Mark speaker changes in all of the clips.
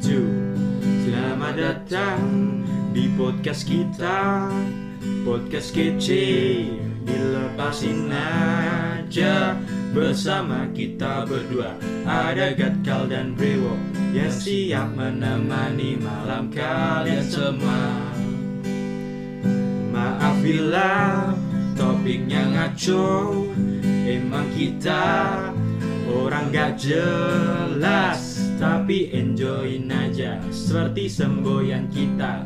Speaker 1: Su Selamat datang di podcast kita Podcast kece Dilepasin aja Bersama kita berdua Ada Gatkal dan Brewo Yang siap menemani malam kalian semua Maaf bila topiknya ngaco Emang kita orang gak jelas Tapi enjoyin aja seperti semboyan kita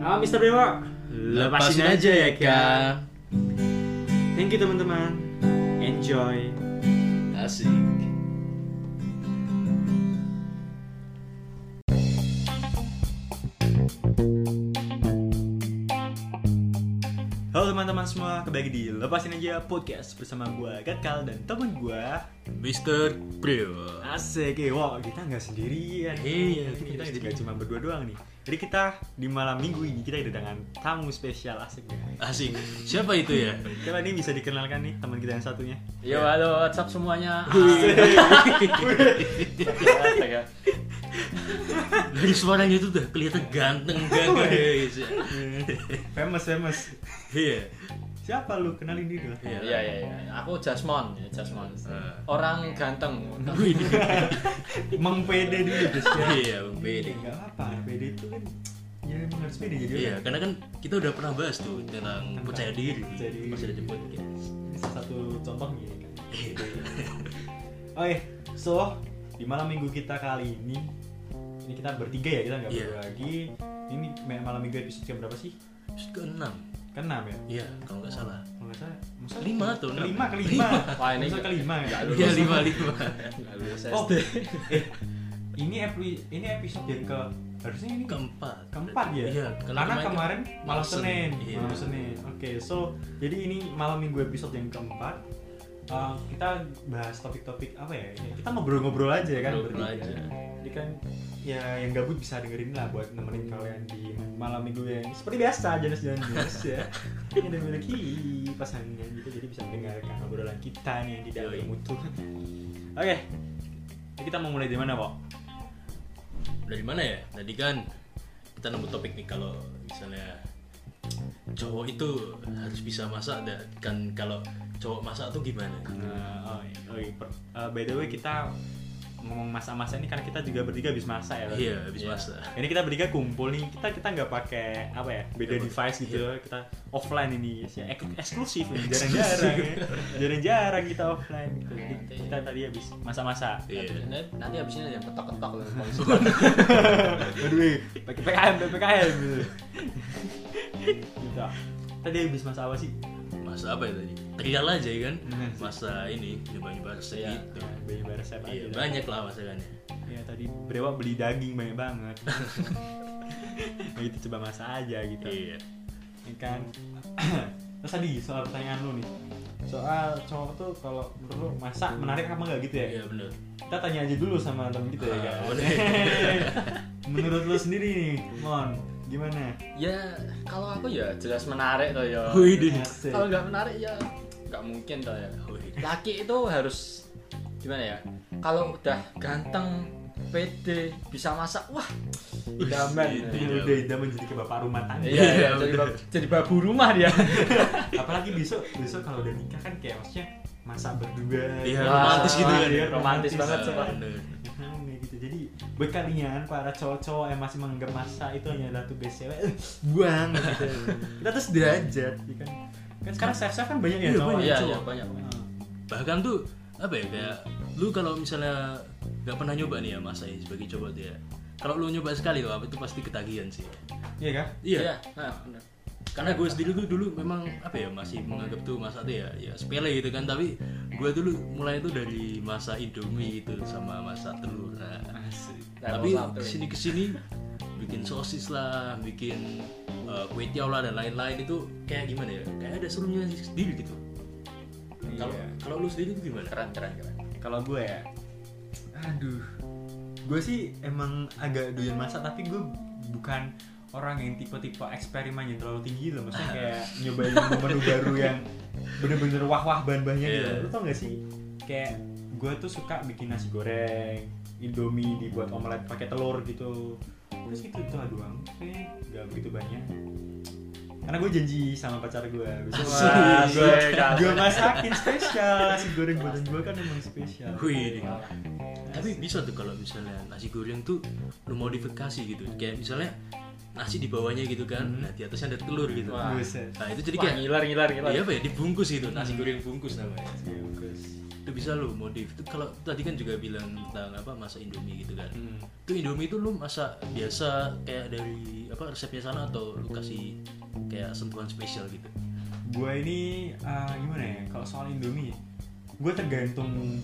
Speaker 1: Ah Mr. Brewo Lepasin aja ya kak Thank you teman-teman Enjoy
Speaker 2: Asik.
Speaker 1: Halo teman-teman semua, kembali lagi di Lepasin Aja Podcast bersama gua Gatkal dan temen gua
Speaker 2: Mister Brio.
Speaker 1: Asik, eh, wow, kita nggak sendirian
Speaker 2: Iya,
Speaker 1: Jadi kita
Speaker 2: kita
Speaker 1: juga cuma berdua doang nih Jadi kita di malam minggu ini kita kedatangan tamu spesial asik ya
Speaker 2: Asik. Siapa itu ya?
Speaker 1: Coba nih bisa dikenalkan nih teman kita yang satunya
Speaker 3: Yo halo WhatsApp semuanya.
Speaker 2: Iya.
Speaker 3: Astaga.
Speaker 2: Dari suaranya itu udah kelihatan ganteng ganteng guys.
Speaker 1: Famous, famous
Speaker 2: Iya.
Speaker 1: Siapa lu? Kenalin diri lah
Speaker 2: Iya.
Speaker 3: Iya iya iya. Aku Jasmon, ya, Jasmon.
Speaker 2: Eh.
Speaker 3: Orang ganteng.
Speaker 2: Wih,
Speaker 1: Mengpede dulu guys ya
Speaker 2: Iya, Bang Bede.
Speaker 1: Eh, nggak apa-apa, pede itu kan Ya emang harus pede jadi
Speaker 2: Iya,
Speaker 1: orang
Speaker 2: karena kan kita udah pernah bahas tuh tentang
Speaker 1: Tentang
Speaker 2: percaya diri.
Speaker 1: percaya diri.
Speaker 2: Masih ada podcast.
Speaker 1: Ini salah satu contoh gini kan
Speaker 2: Iya.
Speaker 1: Oke, so di malam minggu kita kali ini ini kita bertiga ya kita nggak
Speaker 2: Iya.
Speaker 1: berdua lagi. Ini me- malam minggu episode yang berapa sih?
Speaker 2: Episode Keenam.
Speaker 1: Keenam ya?
Speaker 2: Iya, kalau nggak salah.
Speaker 1: Kalau nggak salah, masa
Speaker 2: Kelima atau enam?
Speaker 1: kelima kelima.
Speaker 3: Wah, ini
Speaker 1: Masa kelima ya?
Speaker 3: nggak
Speaker 2: Iya, lima lima.
Speaker 3: Nggak lulus
Speaker 1: Oh,
Speaker 3: SD.
Speaker 1: eh, ini epi- ini episode yang ke harusnya ini ke
Speaker 2: Keempat.
Speaker 1: keempat ya?
Speaker 2: Iya.
Speaker 1: Karena kemarin malam Senin,
Speaker 2: Iya.
Speaker 1: malam Senin. Oke, so jadi ini malam minggu episode yang keempat. Eh, kita bahas topik-topik apa ya? Ya, Kita ngobrol-ngobrol aja ya kan
Speaker 2: Ngobrol
Speaker 1: bertiga.
Speaker 2: aja.
Speaker 1: Jadi kan ya yang gabut bisa dengerin lah buat nemenin kalian di malam minggu yang seperti biasa jenis jenis ya. Yang memiliki pasangan gitu jadi bisa dengarkan obrolan kita nih yang tidak
Speaker 2: Yoi.
Speaker 1: bermutu. Oke. Kita mau mulai dari mana, Pak?
Speaker 2: dari mana ya tadi kan kita nemu topik nih kalau misalnya cowok itu harus bisa masak dan kan kalau cowok masak tuh gimana
Speaker 1: Nah, oh, iya. oh, iya. Per- eh, by the way kita ngomong masa-masa ini karena kita juga bertiga habis masak ya. Pak?
Speaker 2: iya habis
Speaker 3: Iya.
Speaker 2: masak
Speaker 1: Ini kita bertiga kumpul nih. Kita kita nggak pakai apa ya? Beda
Speaker 2: Iya.
Speaker 1: device gitu. Kita offline ini ya. Ek- eksklusif ini. Jarang-jarang ya. Jarang-jarang kita offline gitu. Jadi kita tadi habis masa-masa.
Speaker 2: iya
Speaker 3: Nanti- Nanti habis ini ada yang ketok-ketok loh. polisi.
Speaker 1: Aduh, pakai PKM, pakai PKM gitu. gitu. Tadi habis masak apa sih?
Speaker 2: masak apa ya tadi trial aja ya kan
Speaker 1: Hmm.
Speaker 2: masak ini nyoba-nyoba resep
Speaker 3: Iya.
Speaker 2: gitu
Speaker 1: Banyak resep
Speaker 2: iya
Speaker 1: aja.
Speaker 2: banyak lah masakannya
Speaker 1: Ya tadi Brewa beli daging banyak banget. nah, itu coba masak aja gitu.
Speaker 2: iya
Speaker 1: Ya kan. Terus tadi soal pertanyaan lu nih. Soal cowok tuh kalau menurut lu masak menarik apa enggak gitu ya?
Speaker 2: iya bener
Speaker 1: Kita tanya aja dulu sama temen kita ya
Speaker 2: Ah,
Speaker 1: kan.
Speaker 2: boleh.
Speaker 1: menurut lu sendiri nih, Mon, gimana?
Speaker 3: Ya kalau aku ya jelas menarik toh ya.
Speaker 2: Wih, Din.
Speaker 1: Asik.
Speaker 3: Kalau nggak menarik ya nggak mungkin toh ya.
Speaker 2: Wih.
Speaker 3: Laki itu harus gimana ya? Kalau udah ganteng, pede, bisa masak, wah idaman.
Speaker 2: Iya.
Speaker 1: Udah udah menjadi ke bapak rumah tangga.
Speaker 3: Iya, iya, jadi, bab- jadi babu rumah dia.
Speaker 1: Apalagi besok besok kalau udah nikah kan kayak maksudnya masak berdua.
Speaker 2: Iya,
Speaker 1: Wah,
Speaker 2: romantis gitu kan.
Speaker 1: iya,
Speaker 3: Romantis banget,
Speaker 2: Ah,
Speaker 3: sumpah.
Speaker 2: bener.
Speaker 1: Nah, gitu. Jadi buat kalian para cowok-cowok yang masih menganggap masa itu hanya tugas cewek, eh, buang gitu. Kita terus derajat, ya kan? Kan sekarang chef chef kan banyak ya
Speaker 2: Iya,
Speaker 1: cowok.
Speaker 2: banyak.
Speaker 3: Iya,
Speaker 2: cowok.
Speaker 3: iya, banyak. banyak.
Speaker 1: Nah,
Speaker 2: bahkan tuh apa ya kayak lu kalau misalnya nggak pernah nyoba nih ya masak ini sebagai coba tuh ya kalau lu nyoba sekali wah itu pasti ketagihan sih
Speaker 1: Iya kan?
Speaker 2: iya
Speaker 3: nah, benar.
Speaker 2: karena gue sendiri tuh dulu memang apa ya masih menganggap tuh masak tuh ya ya sepele gitu kan tapi gue dulu mulai tuh dari masak indomie itu sama masak telur nah,
Speaker 1: Asik.
Speaker 3: Level
Speaker 2: tapi
Speaker 3: satu.
Speaker 2: kesini kesini bikin sosis lah bikin uh, kue tiaw lah dan lain-lain itu kayak gimana ya kayak ada serunya sendiri gitu kalau
Speaker 1: Iya.
Speaker 2: kalau lu sendiri tuh gimana
Speaker 3: keren keren keren.
Speaker 1: Kalau gue ya, aduh, gue sih emang agak doyan masak tapi gue bukan orang yang tipe-tipe eksperimen yang terlalu tinggi gitu loh maksudnya kayak nyobain menu baru yang bener-bener wah-wah bahan-bahannya gitu
Speaker 2: Iya.
Speaker 1: lo tau gak sih kayak gue tuh suka bikin nasi goreng Indomie dibuat omelet pakai telur gitu terus itu itu doang sih nggak begitu banyak karena gue janji sama pacar gue besok
Speaker 3: Wah,
Speaker 1: gue
Speaker 3: gue udah-
Speaker 1: gue masakin spesial nasi goreng buatan gue kan emang spesial
Speaker 2: Wih, tapi bisa tuh kalau misalnya nasi goreng tuh lu modifikasi gitu kayak misalnya nasi di bawahnya gitu kan nah di atasnya ada telur gitu
Speaker 3: Hmm. Wah. Hmm.
Speaker 1: Buset.
Speaker 2: nah itu jadi
Speaker 3: Jadi
Speaker 2: kayak
Speaker 3: ngiler ngiler ngiler.
Speaker 2: iya apa ya dibungkus gitu nasi goreng bungkus namanya
Speaker 1: Bagus.
Speaker 2: itu bisa lu modif itu kalau tadi kan juga bilang tentang apa masak indomie gitu kan
Speaker 1: Hmm.
Speaker 2: itu indomie itu lu masak biasa kayak dari apa resepnya sana atau lu kasih kayak sentuhan spesial gitu
Speaker 1: gue ini eh, gimana ya kalau soal Indomie gue tergantung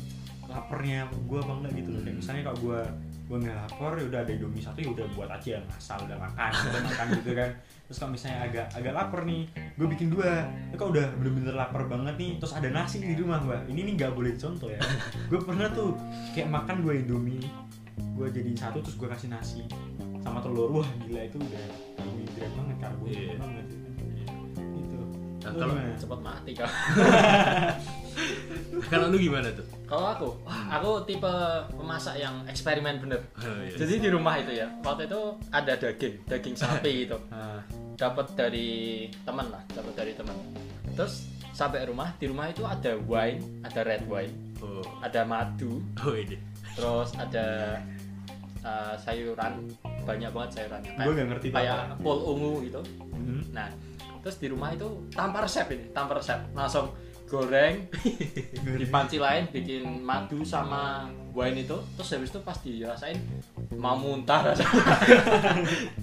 Speaker 1: laparnya gue apa enggak gitu loh kayak misalnya kalau gue gue nggak lapar ya udah ada Indomie satu ya udah buat aja asal udah makan udah makan gitu kan terus kalau misalnya agak agak lapar nih gue bikin dua ya kalau udah bener-bener lapar banget nih terus ada nasi di rumah gue ini nih nggak boleh contoh ya gue pernah tuh kayak makan dua Indomie gue jadiin satu terus gue kasih nasi sama telur wah gila itu udah karbohidrat banget karbohidrat
Speaker 2: Iya.
Speaker 1: banget gitu. gitu
Speaker 2: Nah,
Speaker 1: Lu
Speaker 2: kalau-
Speaker 1: gimana?
Speaker 3: Cepat mati kau.
Speaker 2: kalau lu gimana tuh
Speaker 3: Kalau aku, aku tipe pemasak yang eksperimen bener.
Speaker 2: Oh, iya.
Speaker 3: Jadi di rumah itu ya, waktu itu ada daging, daging sapi gitu.
Speaker 1: Ah,
Speaker 3: Dapat dari teman lah, dapat dari teman. Terus sampai rumah, di rumah itu ada wine, ada red wine,
Speaker 2: oh
Speaker 3: ada madu,
Speaker 2: oh ini
Speaker 3: terus ada uh, sayuran, banyak banget sayuran.
Speaker 1: Gua nggak ngerti
Speaker 3: Kayak pol ungu gitu.
Speaker 1: hmm.
Speaker 3: Nah, terus di rumah itu tanpa resep ini, tanpa resep. Langsung goreng, di panci lain bikin madu sama wine itu terus habis itu pas dirasain mau muntah rasanya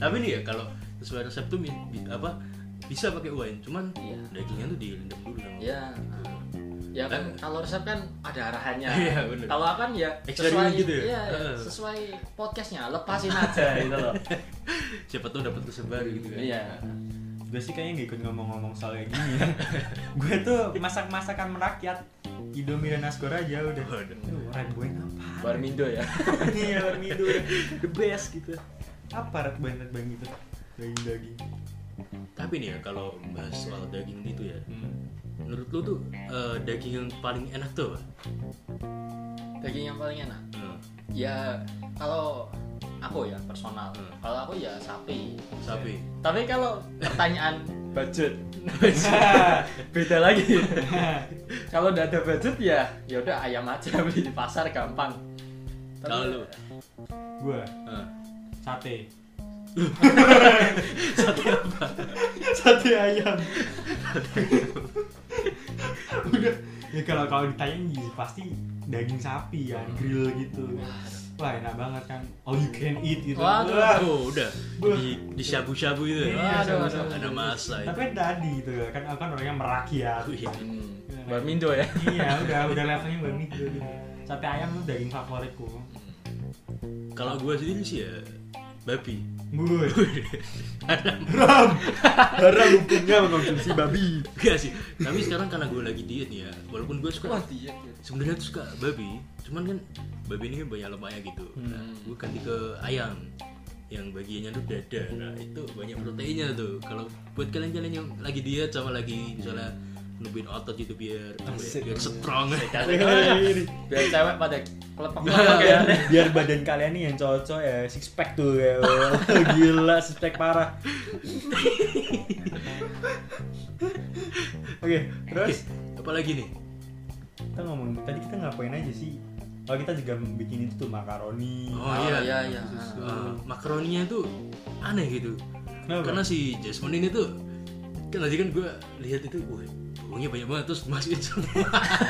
Speaker 2: tapi nih ya kalau sesuai resep tuh mi- bi- apa bisa pakai wine cuman
Speaker 3: Iya.
Speaker 2: dagingnya tuh direndam dulu sama
Speaker 3: ya ya kan kalau resep kan ada arahannya
Speaker 2: Iya, bener.
Speaker 3: kalau akan ya
Speaker 2: Eksperimen
Speaker 3: sesuai
Speaker 2: gitu ya?
Speaker 3: iya,
Speaker 2: Heeh.
Speaker 3: sesuai podcastnya lepasin aja gitu loh
Speaker 2: siapa tuh dapat resep baru gitu kan
Speaker 3: iya
Speaker 1: gue sih kayaknya gak ikut ngomong-ngomong soal kayak gini ya. gue tuh masak-masakan merakyat Indomie dan Nasgor aja udah
Speaker 2: Waduh.
Speaker 1: Aduh, Red Wine apa?
Speaker 3: Barmindo ya
Speaker 1: Ini ya Warmindo udah the best gitu Apa Red Wine, Red Wine gitu? Daging-daging
Speaker 2: tapi nih ya kalau bahas soal daging gitu ya
Speaker 1: hmm.
Speaker 2: menurut lu tuh eh, daging yang paling enak tuh apa?
Speaker 3: daging yang paling enak
Speaker 2: Eh,
Speaker 3: ya kalau aku ya personal
Speaker 2: Hmm.
Speaker 3: kalau aku ya sapi
Speaker 2: sapi
Speaker 3: tapi kalau pertanyaan budget beda lagi kalau nggak ada budget ya ya udah ayam aja beli di pasar gampang Tapi-
Speaker 2: kalau lu
Speaker 1: Gue
Speaker 3: Hmm.
Speaker 2: eh,
Speaker 1: sate
Speaker 2: sate apa
Speaker 1: Sate ayam Udah Ya kalau kalau ditanya gitu, pasti daging sapi ya, grill gitu Wah enak banget kan, all you can eat gitu
Speaker 3: Waduh.
Speaker 1: Wah,
Speaker 2: oh udah
Speaker 1: Beuh.
Speaker 2: di, di shabu-shabu
Speaker 1: Iya,
Speaker 2: itu ya
Speaker 3: Aduh,
Speaker 1: sama-sama.
Speaker 2: ada masa itu ya,
Speaker 1: Tapi tadi gitu kan aku kan orangnya merakyat.
Speaker 2: Wih,
Speaker 3: hmm, Barmindo ya
Speaker 1: iya, udah udah levelnya udah mikro gitu. Sate ayam tuh daging favoritku.
Speaker 2: Hmm. kalau gua sendiri sih ya babi
Speaker 1: Gue. Haram. Haram hukumnya mengkonsumsi babi.
Speaker 2: Gak sih, tapi sekarang karena gue lagi diet nih ya, walaupun gue suka
Speaker 3: wah diet ya.
Speaker 2: sebenarnya tuh suka babi cuman kan babi ini kan banyak lemaknya gitu nah,
Speaker 1: Hmm.
Speaker 2: gue ganti ke ayam yang bagiannya tuh dada nah
Speaker 1: Hmm.
Speaker 2: itu banyak proteinnya tuh kalau buat kalian-kalian yang lagi diet sama lagi misalnya nubuin otot gitu biar apa ya,
Speaker 1: Asik.
Speaker 2: biar strong
Speaker 3: biar cewek pada kelepek
Speaker 1: Iya,
Speaker 3: kelepek ya
Speaker 1: biar badan kalian nih yang cocok ya six pack tuh ya gila six pack parah oke
Speaker 2: Oke,
Speaker 1: terus
Speaker 2: apalagi nih
Speaker 1: kita ngomong tadi kita ngapain aja sih kalau kita juga bikin itu tuh makaroni
Speaker 2: oh,
Speaker 3: Oh,
Speaker 2: iya
Speaker 3: iya, iya.
Speaker 2: Eh, makaroninya tuh aneh gitu
Speaker 1: Ah. Kenapa?
Speaker 2: karena si Jasmine ini tuh kan tadi kan gue lihat itu wah bawangnya banyak banget terus masukin semua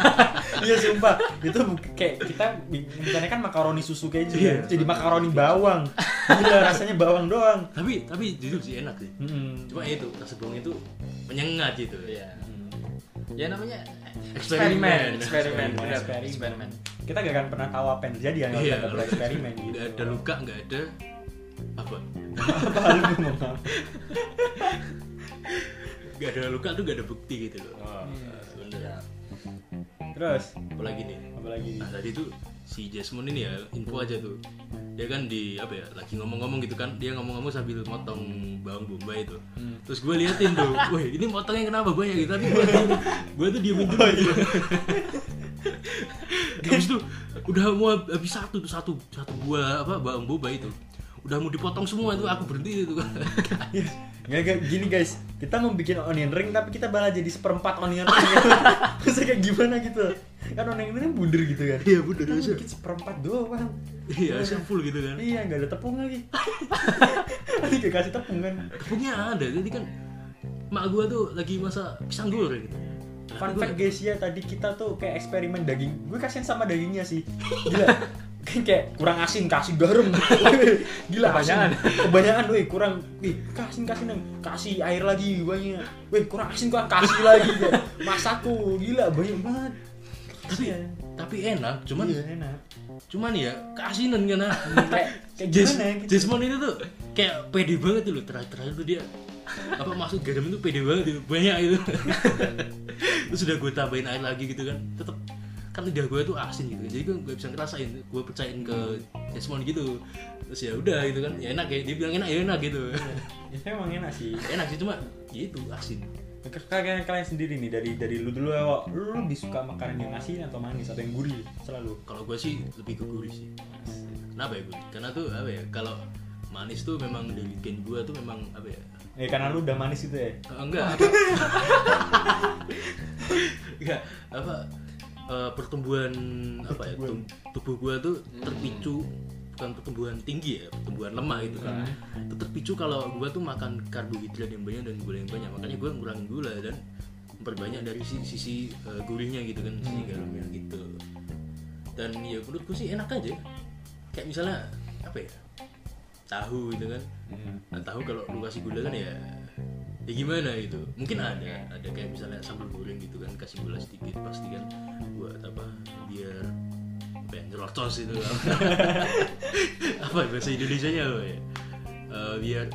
Speaker 1: iya sumpah itu bu- kayak kita bi- rencananya kan makaroni susu keju ya
Speaker 2: Iya.
Speaker 1: jadi makaroni bawang gila rasanya bawang doang
Speaker 2: tapi tapi jujur sih enak sih
Speaker 1: Mm-mm.
Speaker 2: cuma ya itu rasa bawang itu menyengat gitu
Speaker 3: Iya. ya namanya
Speaker 2: Eksperimen.
Speaker 3: eksperimen eksperimen benar,
Speaker 1: Eksperimen.
Speaker 3: eksperimen
Speaker 1: kita gak akan pernah tahu apa yang terjadi ya kalau
Speaker 2: Iya,
Speaker 1: kita
Speaker 2: kalau-
Speaker 1: bereksperimen gitu
Speaker 2: nggak ada luka nggak ada apa
Speaker 1: apa lu mau ngomong
Speaker 2: nggak ada luka tuh nggak ada bukti gitu loh
Speaker 3: Iya.
Speaker 2: sebenarnya
Speaker 1: terus
Speaker 2: apalagi nih
Speaker 1: apa lagi
Speaker 2: nah tadi tuh si Jasmine ini ya info aja tuh dia kan di apa ya lagi ngomong-ngomong gitu kan dia ngomong-ngomong sambil motong bawang bombay itu
Speaker 1: Hmm.
Speaker 2: terus gue liatin tuh wih ini motongnya kenapa banyak gitu
Speaker 1: Oh, iya.
Speaker 2: tapi gue tuh diemin dulu gitu. Habis itu udah mau habis satu tuh satu satu buah apa bawang boba itu udah mau dipotong semua itu aku berhenti itu kan
Speaker 1: Hmm. Nggak, nggak, gini guys, kita mau bikin onion ring tapi kita malah jadi seperempat onion ring ya. Maksudnya kayak gimana gitu Kan onion ring bundar gitu kan
Speaker 2: iya bener
Speaker 1: Kita
Speaker 2: Asya.
Speaker 1: bikin seperempat doang
Speaker 2: iya Asya full gitu kan
Speaker 1: Iya, nggak ada tepung lagi Nanti kayak kasih tepung kan
Speaker 2: tepungnya ada jadi kan mak gua tuh lagi masak pisang goreng gitu Nah,
Speaker 1: Fun
Speaker 2: gua-
Speaker 1: fact guys ya, tadi kita tuh kayak eksperimen daging Gue kasihan sama dagingnya sih Gila Kan kayak kurang asin, kasih garam Gila
Speaker 3: Kebanyakan.
Speaker 1: asin. Kebanyakan weh, kurang Wih, kasih, kasih neng Kasih air lagi banyak Weh, kurang asin, kurang kasih lagi ya. Masaku, gila banyak banget
Speaker 2: tapi
Speaker 1: Kasihan.
Speaker 2: tapi enak cuman
Speaker 1: Iya, enak
Speaker 2: cuman ya keasinan kan ah. ya,
Speaker 1: kayak kayak
Speaker 2: Jas-
Speaker 1: gimana gitu
Speaker 2: Jasmine itu tuh kayak pede banget loh terakhir-terakhir tuh dia apa maksud garam itu pede banget itu banyak itu terus udah gue tambahin air lagi gitu kan tetap kan lidah gue tuh asin gitu jadi gue gak bisa ngerasain gue percayain ke Jasmine gitu terus ya udah gitu kan ya enak ya dia bilang enak ya enak gitu
Speaker 1: ya emang enak sih
Speaker 2: enak sih cuma gitu asin
Speaker 1: Ke- kalian kalian sendiri nih dari dari lu dulu ya Wak. lu lebih suka makanan yang asin atau manis atau yang gurih selalu
Speaker 2: kalau gue sih lebih ke gurih sih kenapa ya gurih karena tuh apa ya kalau manis tuh memang dari gen gue tuh memang apa ya
Speaker 1: eh karena lu udah manis gitu ya
Speaker 2: Eh, enggak apa- enggak apa eh, pertumbuhan apa ya
Speaker 1: Pertumbuhan.
Speaker 2: tum- tubuh gua tuh terpicu bukan pertumbuhan tinggi ya pertumbuhan lemah itu kan Itu terpicu kalau gua tuh makan karbohidrat yang banyak dan gula yang banyak makanya gua ngurangin gula dan memperbanyak dari si- sisi eh, gurihnya gitu kan sisi garamnya gitu dan ya menurut gua sih enak aja kayak misalnya apa ya tahu gitu kan Nah, tahu kalau lu kasih gula kan ya ya gimana gitu mungkin
Speaker 1: Hmm.
Speaker 2: ada ada kayak misalnya sambal goreng gitu kan kasih gula sedikit pasti kan buat apa biar apa ya nyerocos itu apa ya, bahasa Indonesia nya apa ya Eh, biar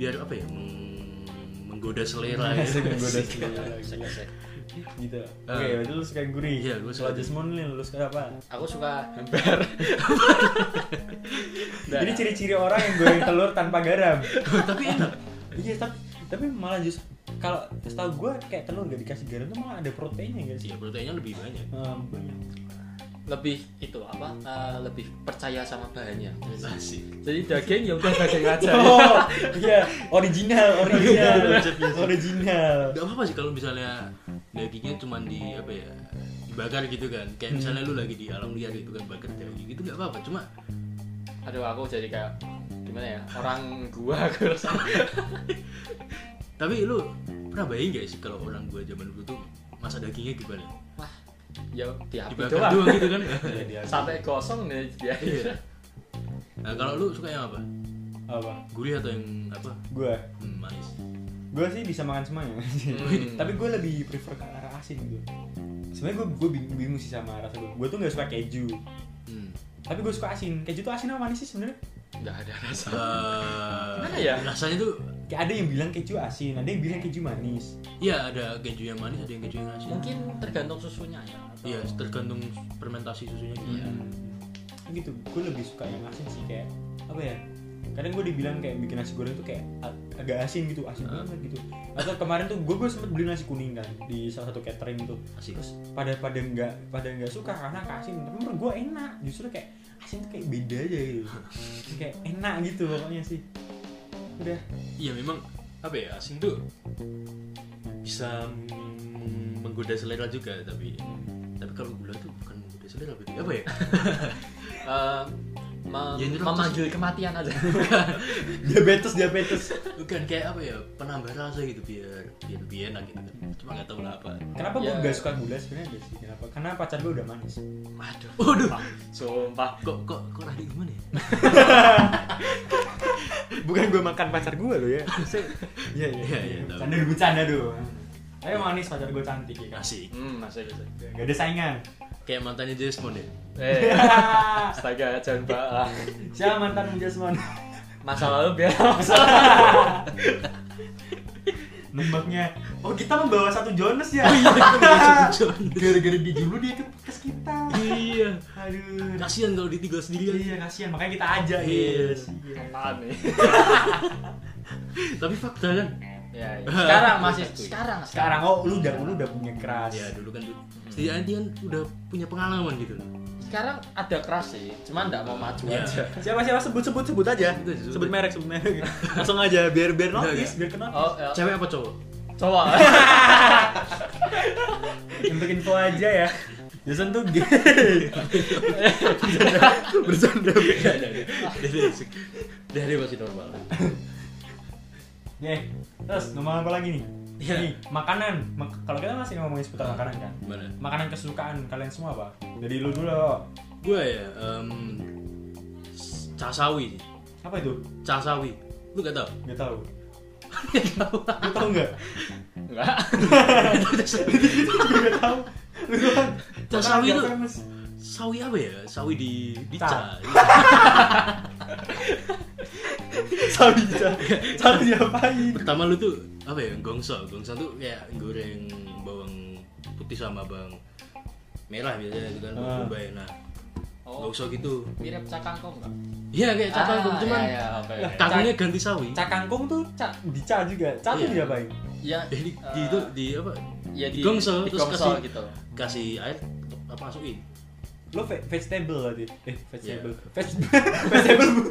Speaker 2: biar apa ya meng- menggoda selera ya
Speaker 1: Asik, menggoda selera.
Speaker 3: Sek, sek.
Speaker 1: gitu oke berarti lu suka yang gurih
Speaker 2: Iya, gua suka
Speaker 1: kalau jasmine nih, lu suka apa
Speaker 3: Aku suka hambar. Nah,
Speaker 1: jadi ciri-ciri orang yang goreng telur tanpa garam
Speaker 2: tapi enak
Speaker 1: iya tapi tapi malah justru kalau setahu gua kayak telur gak dikasih garam tuh malah ada proteinnya gak sih
Speaker 2: ya proteinnya lebih banyak
Speaker 1: Eh, banyak.
Speaker 3: lebih itu apa? eh, lebih percaya sama bahannya.
Speaker 2: asik
Speaker 3: Jadi daging ya udah daging aja.
Speaker 1: Oh, iya, original, original, original.
Speaker 2: Gak apa-apa sih kalau misalnya dagingnya cuma di apa ya dibakar gitu kan kayak misalnya lu lagi di alam liar gitu kan bakar daging gitu nggak apa-apa cuma
Speaker 3: Aduh aku jadi kayak gimana ya orang gua aku rasa
Speaker 2: tapi lu pernah bayangin gak sih kalau orang gua zaman dulu tuh masa dagingnya gimana
Speaker 3: wah ya diapi
Speaker 2: dibakar
Speaker 3: doang
Speaker 2: doang gitu kan
Speaker 1: Iya, dia.
Speaker 3: sampai gosong nih dia
Speaker 2: Iya. nah kalau lu suka yang apa
Speaker 1: Apa?
Speaker 2: gurih atau yang apa
Speaker 1: Gua.
Speaker 2: hmm, manis
Speaker 1: gue sih bisa makan semuanya
Speaker 3: Hmm.
Speaker 1: tapi gue lebih prefer ke arah asin gue sebenarnya gue gue bingung, bingung sih sama rasa gue gue tuh nggak suka keju
Speaker 2: hmm.
Speaker 1: tapi gue suka asin keju tuh asin apa manis sih sebenarnya
Speaker 3: nggak ada rasa
Speaker 2: Eh,
Speaker 3: Gimana ya?
Speaker 2: rasanya tuh
Speaker 1: kayak ada yang bilang keju asin ada yang bilang keju manis
Speaker 2: ya ada keju yang manis ada yang keju yang asin
Speaker 3: mungkin tergantung susunya ya atau-
Speaker 2: Iya, tergantung fermentasi susunya
Speaker 1: Iya.
Speaker 2: gimana.
Speaker 1: Hmm. gitu gue lebih suka yang asin sih kayak apa ya kadang gue dibilang kayak bikin nasi goreng tuh kayak a- agak asin gitu asin banget gitu atau kemarin tuh gue gue sempet beli nasi kuning kan di salah satu catering tuh
Speaker 2: Asin.
Speaker 1: terus pada pada nggak pada nggak suka karena asin tapi menurut gue enak justru kayak asin tuh kayak beda aja gitu kayak enak gitu pokoknya sih udah
Speaker 2: Iya memang apa ya asin tuh bisa mm, menggoda selera juga tapi tapi kalau gula tuh bukan menggoda selera berarti apa ya?
Speaker 3: Eh, me-
Speaker 2: Ya, ini rasa-
Speaker 3: memanggil kematian aja
Speaker 1: diabetes diabetes
Speaker 2: bukan kayak apa ya penambah rasa gitu biar biar lebih enak gitu kan. Cuma nggak tahu lah apa.
Speaker 1: kenapa gue
Speaker 3: Ya.
Speaker 1: nggak suka gula sebenarnya nggak sih kenapa karena pacar gue udah manis
Speaker 3: waduh
Speaker 2: Waduh.
Speaker 3: sumpah
Speaker 2: Kok kok kok tadi gimana ya?
Speaker 1: bukan gue makan pacar gue lo ya iya
Speaker 2: Iya, iya, tahu.
Speaker 1: canda gue canda doang tapi manis pacar gue cantik ya kan
Speaker 2: Asik.
Speaker 3: hmm masih bisa
Speaker 1: gak ada saingan
Speaker 2: Kayak mantannya Jasmine ya.
Speaker 3: eh astaga jangan bahas
Speaker 1: siapa mantan Jasmine
Speaker 3: masa lalu biar masa
Speaker 1: nembaknya oh kita membawa satu Jonas ya gara-gara di dulu dia ke podcast kita
Speaker 2: Iya.
Speaker 1: aduh
Speaker 2: Kasihan kalau ditinggal sendirian.
Speaker 1: Iya kasihan, makanya kita ajak
Speaker 2: Iya.
Speaker 1: Iya.
Speaker 3: apaan nih
Speaker 2: Tapi fakta kan.
Speaker 3: ya, ya. sekarang masih sekarang sekarang
Speaker 2: Iya,
Speaker 1: Sekarang oh lu udah lu udah punya keras.
Speaker 2: Ya dulu kan tuh. Setidaknya dia kan udah punya pengalaman gitu loh.
Speaker 3: sekarang ada keras sih cuman nggak mau maju
Speaker 2: Iya.
Speaker 3: aja
Speaker 1: Siapa siapa sebut sebut sebut aja.
Speaker 2: Sebut, sebut.
Speaker 1: Sebut merek sebut merek. Langsung aja biar biar
Speaker 2: Enggak,
Speaker 1: notice
Speaker 2: enggak.
Speaker 1: biar kena.
Speaker 3: oh ya.
Speaker 2: Cewek apa cowok?
Speaker 3: coba
Speaker 1: Untuk info aja ya. Jason tuh gay. Bercanda.
Speaker 2: Enggak, enggak, enggak. Dari dari masih normal.
Speaker 1: Nih, terus ngomong apa lagi nih?
Speaker 2: Iya.
Speaker 1: Nih, makanan. Mak- Kalau kita masih ngomongin seputar makanan kan.
Speaker 2: Gimana?
Speaker 1: Makanan kesukaan kalian semua apa? Dari lu dulu.
Speaker 2: Gue ya, em casawi,
Speaker 1: Apa itu?
Speaker 2: casawi. Lu gak tau?
Speaker 1: Gak tau. Lu tau nggak?
Speaker 3: enggak
Speaker 1: Gak tau. Lu kan? doang. Makanan
Speaker 2: Casawi itu-
Speaker 1: gak famous.
Speaker 2: Sawi apa ya? Sawi di di
Speaker 1: Ca.
Speaker 2: ca. Iya.
Speaker 1: Sawi dia. Sawi diapain?
Speaker 2: Pertama lu tuh apa ya? Gongso. Gongso tuh kayak goreng bawang putih sama bawang merah biasanya gitu kan
Speaker 1: Ah.
Speaker 2: bawang bombay. Nah,
Speaker 3: oh
Speaker 2: gongso gitu.
Speaker 3: mirip cakangkong nggak
Speaker 2: Iya kayak cakal
Speaker 3: Ah,
Speaker 2: cuman
Speaker 3: iya, iya, oke, oke.
Speaker 2: kagungnya ganti sawi.
Speaker 1: Cakangkung tuh
Speaker 3: Cak.
Speaker 1: dica juga. Ca tuh
Speaker 2: Iya.
Speaker 1: diapain?
Speaker 3: ya
Speaker 2: Jadi di
Speaker 3: eh,
Speaker 2: itu di apa?
Speaker 3: ya di
Speaker 2: digongso,
Speaker 3: di
Speaker 2: terus
Speaker 3: gongso
Speaker 2: kasih-
Speaker 3: gitu
Speaker 2: Kasih air apa masukin?
Speaker 1: Lo ve- vegetable tadi. Eh, vegetable. Veg- vegetable. bu-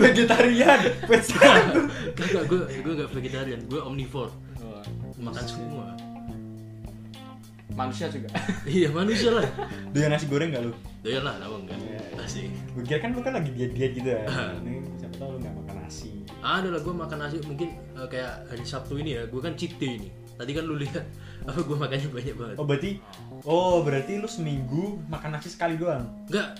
Speaker 1: Vegetarian. Vegetable.
Speaker 2: Kagak gue gue gak vegetarian, gue omnivore.
Speaker 3: Oh,
Speaker 2: Makan semua.
Speaker 3: manusia juga
Speaker 2: Iya manusia lah.
Speaker 1: Doyan nasi goreng gak lu?
Speaker 2: Doyan lah, kan? kenapa enggak?
Speaker 1: Iya.
Speaker 2: Asik.
Speaker 1: Gue kira kan lu kan lagi diet-diet gitu ya.
Speaker 2: Ah.
Speaker 1: Ini siapa tau lu gak makan nasi.
Speaker 2: Ada lah gue makan nasi mungkin eh, kayak hari Sabtu ini ya, gue kan cheat day ini. Tadi kan lu lihat apa gue makannya banyak banget.
Speaker 1: Oh berarti Oh berarti lu seminggu makan nasi sekali doang.
Speaker 2: Enggak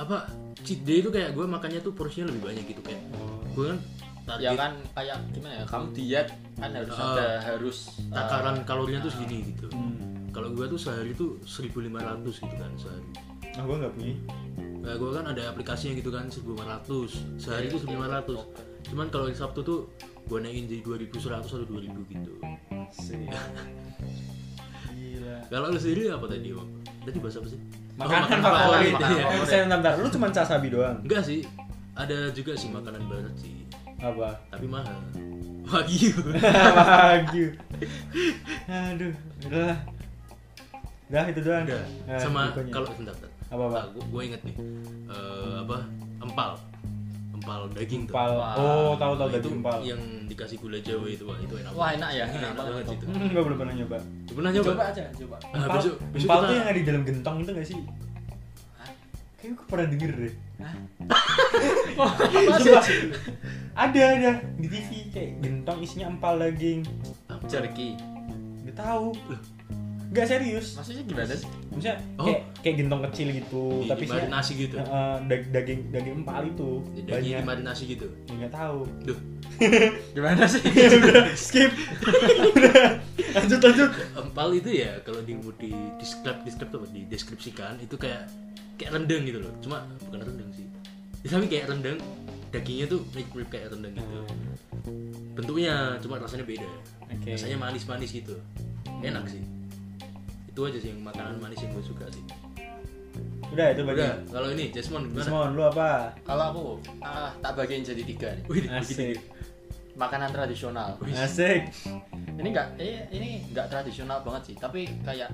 Speaker 2: apa cheat day itu kayak gue makannya tuh porsinya lebih banyak gitu kayak. Gue kan target
Speaker 3: ya kan kayak gimana ya kamu diet kan harus
Speaker 2: Oh.
Speaker 3: ada harus eh,
Speaker 2: takaran kalorinya tuh segini gitu.
Speaker 1: Hmm.
Speaker 2: Kalau gue tuh sehari tuh 1500 gitu kan sehari.
Speaker 1: Nah gue gak punya.
Speaker 2: Nah, gue kan ada aplikasinya gitu kan 1500 sehari itu 1500 cuman kalau hari Sabtu tuh gue naikin jadi 2100 atau 2000 gitu
Speaker 1: Sih. Gila.
Speaker 2: kalau lu sendiri apa tadi Om? tadi bahasa apa sih
Speaker 1: Makanan
Speaker 2: apa?
Speaker 1: kan favorit.
Speaker 2: Makanan
Speaker 3: Iya.
Speaker 1: Eh, Saya bentar, bentar. Lu cuma casabi doang.
Speaker 2: enggak sih ada juga sih makanan barat sih
Speaker 1: Apa?
Speaker 2: tapi mahal wagyu
Speaker 1: Wagyu. Aduh, udah lah. Udah itu doang.
Speaker 2: enggak
Speaker 1: Nah,
Speaker 2: sama
Speaker 1: pokoknya.
Speaker 2: kalau bentar, Nah, bentar.
Speaker 1: Apa, apa?
Speaker 2: gue, inget nih Eh, apa empal empal daging tuh
Speaker 1: empal.
Speaker 3: Wah.
Speaker 1: Oh, tahu tahu
Speaker 2: Nah,
Speaker 1: tadi
Speaker 2: itu
Speaker 1: empal.
Speaker 2: yang dikasih gula jawa itu wah itu enak
Speaker 3: wah
Speaker 2: banget.
Speaker 3: enak ya enak
Speaker 2: enak
Speaker 3: banget
Speaker 2: banget
Speaker 3: itu
Speaker 2: itu
Speaker 1: Hmm, gua belum pernah nyoba.
Speaker 2: pernah nyoba
Speaker 3: eh, coba aja coba
Speaker 2: Nah,
Speaker 1: Empal,
Speaker 2: besok- besok
Speaker 1: empal
Speaker 2: kita-
Speaker 1: tuh ya. yang ada di dalam gentong itu gak sih?
Speaker 3: Hah?
Speaker 1: Kayaknya gue pernah denger deh.
Speaker 2: Iya,
Speaker 3: Apa sih?
Speaker 1: Sumpah. ada ada di TV kayak gentong isinya empal daging.
Speaker 3: jerky
Speaker 1: Gak tahu. Gak serius.
Speaker 3: maksudnya gimana sih
Speaker 1: Maksudnya
Speaker 2: Oh.
Speaker 1: kayak, kayak gentong kecil gitu,
Speaker 2: Di-
Speaker 1: tapi isinya
Speaker 2: dimarinasi gitu
Speaker 1: Heeh, dag- daging daging empal itu
Speaker 2: daging
Speaker 1: banyak.
Speaker 2: dimarinasi gitu
Speaker 1: Ya, Gak tahu.
Speaker 2: duh
Speaker 3: gimana sih
Speaker 1: Ya udah skip. udah. Lanjut lanjut.
Speaker 2: empal itu ya kalau di di describe describe apa dideskripsikan itu kayak kayak rendang gitu loh cuma bukan rendang sih Ya, tapi kayak rendang dagingnya tuh mirip mirip kayak rendang gitu bentuknya cuma rasanya beda
Speaker 1: Oke.
Speaker 2: rasanya manis manis gitu enak sih itu aja sih yang makanan manis yang gue suka sih
Speaker 1: Udah itu bagi.
Speaker 2: udah kalau ini Jasmine gimana
Speaker 1: Desmond, lu apa?
Speaker 3: kalau aku ah, tak bagiin jadi tiga nih
Speaker 2: Wih,
Speaker 1: Asik.
Speaker 3: makanan tradisional
Speaker 2: Wih.
Speaker 1: Asik.
Speaker 3: ini enggak eh, ini enggak tradisional banget sih tapi kayak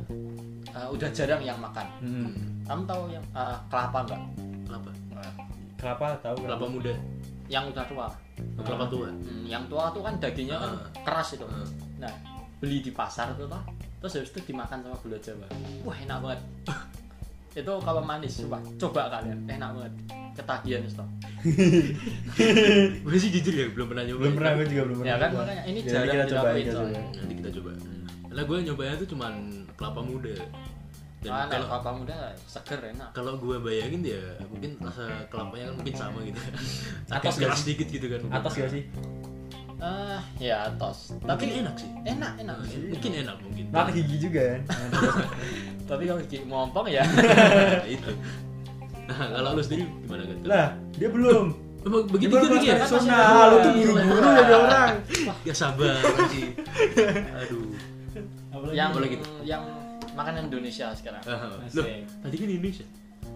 Speaker 3: eh, udah jarang yang makan
Speaker 1: Hmm.
Speaker 3: kamu tahu yang eh, kelapa enggak
Speaker 2: kelapa
Speaker 3: Eh,
Speaker 1: Kelapa tahu
Speaker 2: kelapa muda
Speaker 3: yang udah tua
Speaker 2: kelapa tua
Speaker 3: Hmm, yang tua tuh kan dagingnya kan
Speaker 2: Ah.
Speaker 3: keras itu
Speaker 2: Ah.
Speaker 3: nah beli di pasar tuh toh terus habis itu dimakan sama gula jawa wah enak banget itu kalau manis coba coba kalian enak banget ketagihan itu
Speaker 2: gue sih jujur ya belum pernah nyoba
Speaker 1: Belum pernah, gue juga belum pernah.
Speaker 3: ya kan
Speaker 1: coba.
Speaker 3: makanya ini
Speaker 1: Jadi
Speaker 3: jarang
Speaker 1: kita cobain, kita
Speaker 3: dilakuin soalnya
Speaker 1: cobain.
Speaker 2: nanti kita coba karena gue nyobanya tuh cuman kelapa muda dan
Speaker 3: Nah,
Speaker 2: kalau
Speaker 3: kelapa muda seger enak
Speaker 2: kalau gue bayangin ya mungkin rasa kelapanya kan mungkin sama gitu
Speaker 1: Atas
Speaker 2: atas
Speaker 1: nggak
Speaker 2: keras
Speaker 1: sih?
Speaker 2: sedikit gitu kan
Speaker 1: Atas gak sih?
Speaker 3: ah ya tos
Speaker 2: tapi
Speaker 3: tapi
Speaker 2: enak sih
Speaker 3: enak enak
Speaker 2: Ah, mungkin enak mungkin
Speaker 1: Nah, ke gigi juga kan.
Speaker 3: tapi kalau gigi ngompong ya
Speaker 2: Nah, itu nah kalau lu sendiri gimana kan
Speaker 1: lah, dia belum.
Speaker 2: emang
Speaker 1: Dia
Speaker 2: begitu
Speaker 1: belum
Speaker 2: gitu ya
Speaker 1: masak
Speaker 3: masih
Speaker 1: nasional,
Speaker 3: ada
Speaker 1: lu tuh
Speaker 3: orang.
Speaker 1: buru-buru ada orang.
Speaker 2: ya sabar sih aduh
Speaker 1: Apalagi
Speaker 3: yang
Speaker 2: Boleh gitu.
Speaker 3: yang makanan Indonesia sekarang
Speaker 1: Asik.
Speaker 2: Loh, tadi kan Indonesia